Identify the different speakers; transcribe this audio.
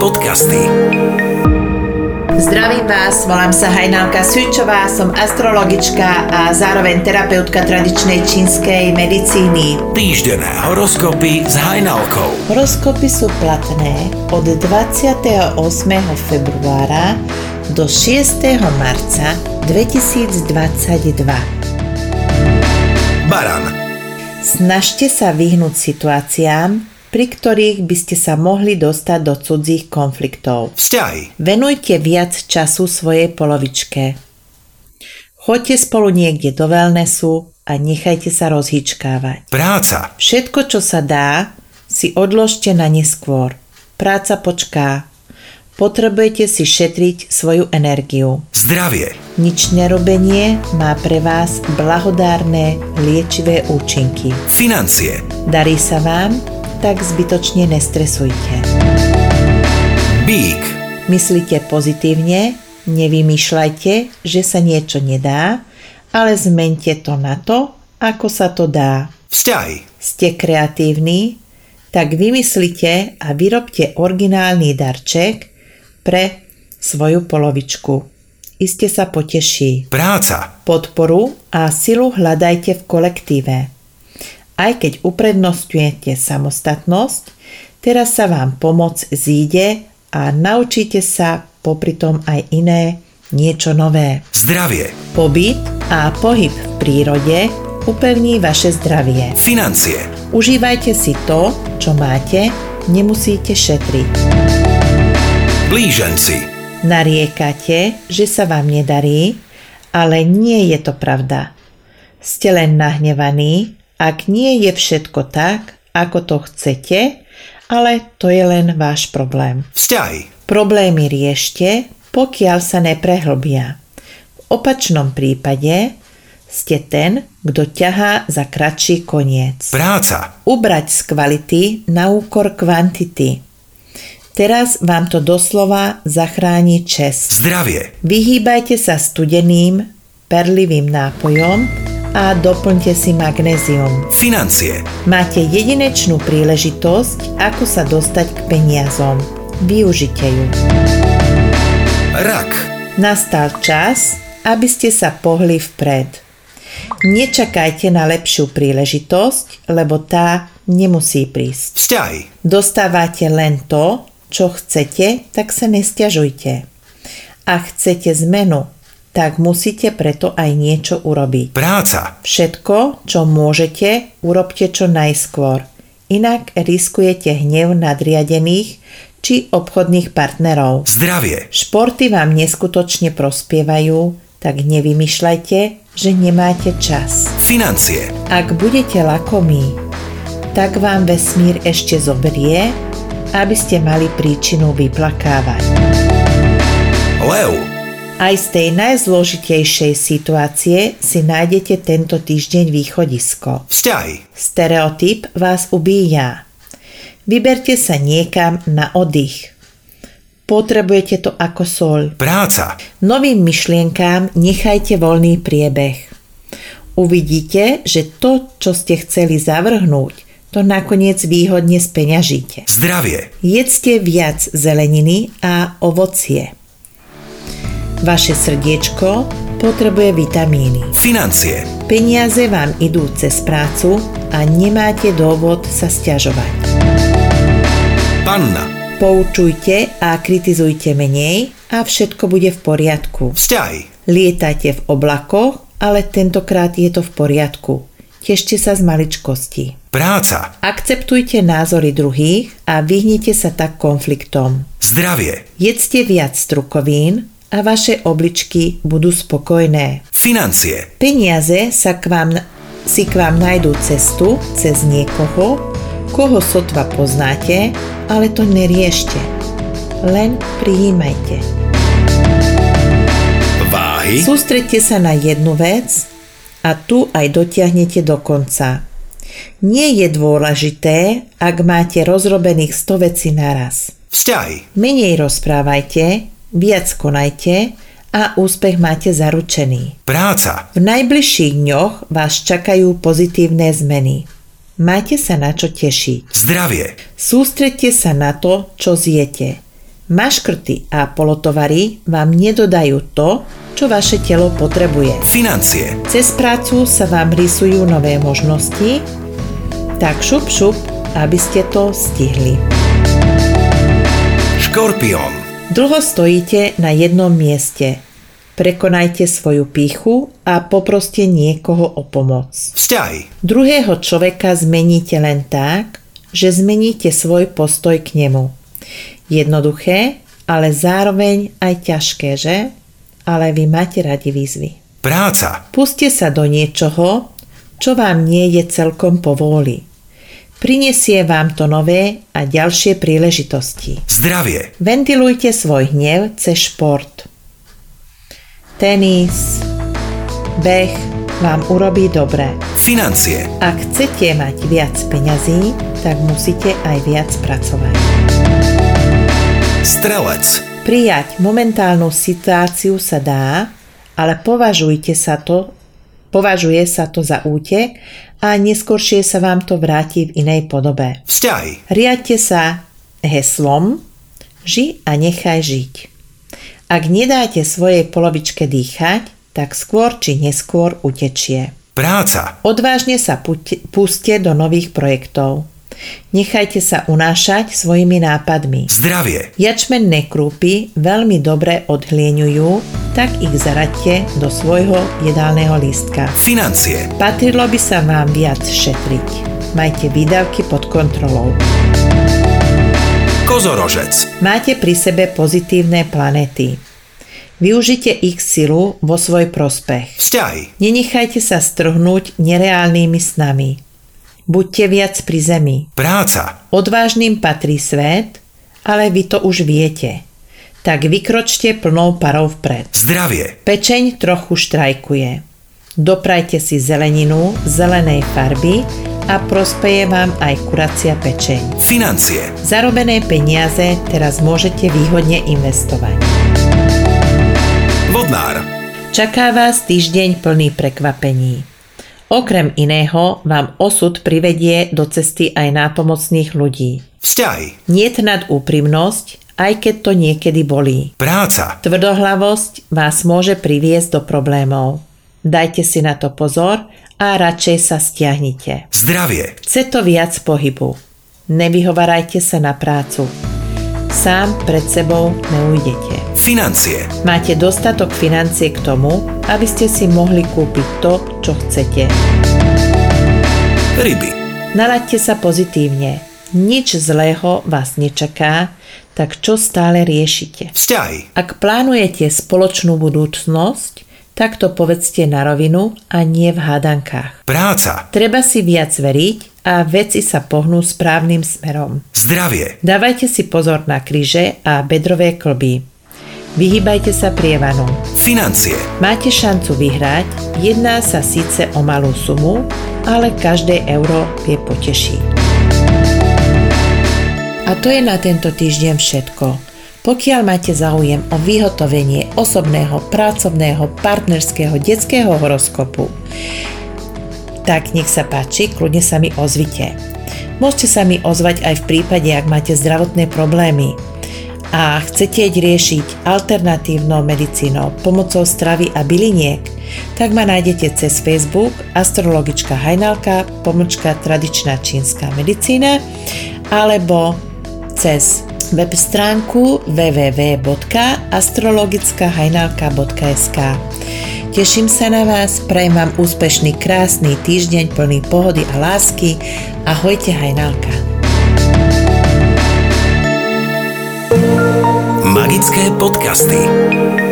Speaker 1: Podcasty.
Speaker 2: Zdravím vás, volám sa Hajnalka Sučová, som astrologička a zároveň terapeutka tradičnej čínskej medicíny.
Speaker 1: Týždené horoskopy s Hajnalkou.
Speaker 2: Horoskopy sú platné od 28. februára do 6. marca 2022.
Speaker 1: Baran.
Speaker 2: Snažte sa vyhnúť situáciám, pri ktorých by ste sa mohli dostať do cudzích konfliktov.
Speaker 1: Vzťahy.
Speaker 2: Venujte viac času svojej polovičke. Choďte spolu niekde do wellnessu a nechajte sa rozhýčkávať.
Speaker 1: Práca.
Speaker 2: Všetko, čo sa dá, si odložte na neskôr. Práca počká. Potrebujete si šetriť svoju energiu.
Speaker 1: Zdravie.
Speaker 2: Nič nerobenie má pre vás blahodárne liečivé účinky.
Speaker 1: Financie.
Speaker 2: Darí sa vám, tak zbytočne nestresujte.
Speaker 1: Bík.
Speaker 2: Myslite pozitívne, nevymýšľajte, že sa niečo nedá, ale zmente to na to, ako sa to dá.
Speaker 1: Vzťahy.
Speaker 2: Ste kreatívni, tak vymyslite a vyrobte originálny darček pre svoju polovičku. Iste sa poteší.
Speaker 1: Práca.
Speaker 2: Podporu a silu hľadajte v kolektíve. Aj keď uprednostňujete samostatnosť, teraz sa vám pomoc zíde a naučíte sa popri tom aj iné, niečo nové.
Speaker 1: Zdravie.
Speaker 2: Pobyt a pohyb v prírode upevní vaše zdravie.
Speaker 1: Financie.
Speaker 2: Užívajte si to, čo máte, nemusíte šetriť.
Speaker 1: Blíženci.
Speaker 2: Nariekate, že sa vám nedarí, ale nie je to pravda. Ste len nahnevaní, ak nie je všetko tak, ako to chcete, ale to je len váš problém.
Speaker 1: Vzťahy.
Speaker 2: Problémy riešte, pokiaľ sa neprehlbia. V opačnom prípade ste ten, kto ťahá za kratší koniec.
Speaker 1: Práca.
Speaker 2: Ubrať z kvality na úkor kvantity. Teraz vám to doslova zachráni čest.
Speaker 1: Zdravie.
Speaker 2: Vyhýbajte sa studeným, perlivým nápojom a doplňte si magnézium.
Speaker 1: Financie.
Speaker 2: Máte jedinečnú príležitosť, ako sa dostať k peniazom. Využite ju.
Speaker 1: Rak.
Speaker 2: Nastal čas, aby ste sa pohli vpred. Nečakajte na lepšiu príležitosť, lebo tá nemusí prísť.
Speaker 1: Vzťahy.
Speaker 2: Dostávate len to, čo chcete, tak sa nestiažujte. Ak chcete zmenu, tak musíte preto aj niečo urobiť.
Speaker 1: Práca.
Speaker 2: Všetko, čo môžete, urobte čo najskôr. Inak riskujete hnev nadriadených či obchodných partnerov.
Speaker 1: Zdravie.
Speaker 2: Športy vám neskutočne prospievajú, tak nevymýšľajte, že nemáte čas.
Speaker 1: Financie.
Speaker 2: Ak budete lakomí, tak vám vesmír ešte zoberie, aby ste mali príčinu vyplakávať.
Speaker 1: Lev.
Speaker 2: Aj z tej najzložitejšej situácie si nájdete tento týždeň východisko.
Speaker 1: Vzťahy.
Speaker 2: Stereotyp vás ubíja. Vyberte sa niekam na oddych. Potrebujete to ako sol.
Speaker 1: Práca.
Speaker 2: Novým myšlienkám nechajte voľný priebeh. Uvidíte, že to, čo ste chceli zavrhnúť, to nakoniec výhodne speňažíte.
Speaker 1: Zdravie.
Speaker 2: Jedzte viac zeleniny a ovocie. Vaše srdiečko potrebuje vitamíny.
Speaker 1: Financie.
Speaker 2: Peniaze vám idú cez prácu a nemáte dôvod sa stiažovať.
Speaker 1: Panna.
Speaker 2: Poučujte a kritizujte menej a všetko bude v poriadku.
Speaker 1: Vzťahy.
Speaker 2: Lietajte v oblakoch, ale tentokrát je to v poriadku. Tešte sa z maličkosti.
Speaker 1: Práca.
Speaker 2: Akceptujte názory druhých a vyhnite sa tak konfliktom.
Speaker 1: Zdravie.
Speaker 2: Jedzte viac strukovín a vaše obličky budú spokojné.
Speaker 1: Financie.
Speaker 2: Peniaze sa k vám, si k vám nájdú cestu cez niekoho, koho sotva poznáte, ale to neriešte. Len prijímajte.
Speaker 1: Váhy.
Speaker 2: Sústredte sa na jednu vec a tu aj dotiahnete do konca. Nie je dôležité, ak máte rozrobených 100 vecí naraz.
Speaker 1: Vzťahy.
Speaker 2: Menej rozprávajte, viac konajte a úspech máte zaručený.
Speaker 1: Práca.
Speaker 2: V najbližších dňoch vás čakajú pozitívne zmeny. Máte sa na čo tešiť.
Speaker 1: Zdravie.
Speaker 2: Sústredte sa na to, čo zjete. Maškrty a polotovary vám nedodajú to, čo vaše telo potrebuje.
Speaker 1: financie,
Speaker 2: Cez prácu sa vám rysujú nové možnosti, tak šup šup, aby ste to stihli.
Speaker 1: škorpión,
Speaker 2: Dlho stojíte na jednom mieste. Prekonajte svoju píchu a poproste niekoho o pomoc.
Speaker 1: vzťahy,
Speaker 2: Druhého človeka zmeníte len tak, že zmeníte svoj postoj k nemu. Jednoduché, ale zároveň aj ťažké, že? Ale vy máte radi výzvy.
Speaker 1: práca,
Speaker 2: Puste sa do niečoho, čo vám nie je celkom povôli. Prinesie vám to nové a ďalšie príležitosti.
Speaker 1: zdravie,
Speaker 2: Ventilujte svoj hnev cez šport. Tenis, beh vám urobí dobre.
Speaker 1: financie,
Speaker 2: Ak chcete mať viac peňazí, tak musíte aj viac pracovať.
Speaker 1: strelec,
Speaker 2: Prijať momentálnu situáciu sa dá, ale považujte sa to, považuje sa to za útek a neskôršie sa vám to vráti v inej podobe.
Speaker 1: vzťahy,
Speaker 2: Riadte sa heslom Ži a nechaj žiť. Ak nedáte svojej polovičke dýchať, tak skôr či neskôr utečie.
Speaker 1: práca,
Speaker 2: Odvážne sa puť- puste do nových projektov. Nechajte sa unášať svojimi nápadmi.
Speaker 1: zdravie,
Speaker 2: Jačmenné krúpy veľmi dobre odhlieňujú, tak ich zaraďte do svojho jedálneho lístka.
Speaker 1: financie,
Speaker 2: Patrilo by sa vám viac šetriť. Majte výdavky pod kontrolou.
Speaker 1: kozorožec,
Speaker 2: Máte pri sebe pozitívne planéty. Využite ich silu vo svoj prospech.
Speaker 1: vzťahy,
Speaker 2: Nenechajte sa strhnúť nereálnymi snami. Buďte viac pri zemi.
Speaker 1: práca,
Speaker 2: Odvážnym patrí svet, ale vy to už viete. Tak vykročte plnou parou vpred.
Speaker 1: zdravie,
Speaker 2: Pečeň trochu štrajkuje. Doprajte si zeleninu zelenej farby a prospeje vám aj kuracia pečeň.
Speaker 1: financie,
Speaker 2: Zarobené peniaze teraz môžete výhodne investovať.
Speaker 1: vodnár,
Speaker 2: Čaká vás týždeň plný prekvapení. Okrem iného vám osud privedie do cesty aj nápomocných ľudí.
Speaker 1: vzťahy,
Speaker 2: Niet nad úprimnosť, aj keď to niekedy bolí.
Speaker 1: práca,
Speaker 2: Tvrdohlavosť vás môže priviesť do problémov. Dajte si na to pozor a radšej sa stiahnite.
Speaker 1: zdravie,
Speaker 2: Chce to viac pohybu. Nevyhovarajte sa na prácu. Sám pred sebou neujdete.
Speaker 1: financie,
Speaker 2: Máte dostatok financie k tomu, aby ste si mohli kúpiť to, čo chcete.
Speaker 1: ryby,
Speaker 2: Nalaďte sa pozitívne. Nič zlého vás nečaká, tak čo stále riešite?
Speaker 1: vzťahy,
Speaker 2: Ak plánujete spoločnú budúcnosť, tak to povedzte na rovinu a nie v hádankách.
Speaker 1: práca,
Speaker 2: Treba si viac veriť a veci sa pohnú správnym smerom.
Speaker 1: zdravie,
Speaker 2: Dávajte si pozor na kríže a bedrové klby. Vyhýbajte sa prievanu.
Speaker 1: financie,
Speaker 2: Máte šancu vyhrať, jedná sa síce o malú sumu, ale každé euro je poteší. A to je na tento týždeň všetko. Pokiaľ máte záujem o vyhotovenie osobného, pracovného, partnerského, detského horoskopu, tak nech sa páči, kľudne sa mi ozvite. Môžete sa mi ozvať aj v prípade, ak máte zdravotné problémy a chcete ich riešiť alternatívnou medicínou pomocou stravy a byliniek, tak ma nájdete cez Facebook astrologička Hajnalka, pomočka tradičná čínska medicína alebo cez web stránku www.astrologickahajnalka.sk. Teším sa na vás, prajem vám úspešný, krásny týždeň plný pohody a lásky. Ahojte, hajnalka.
Speaker 1: magické podcasty.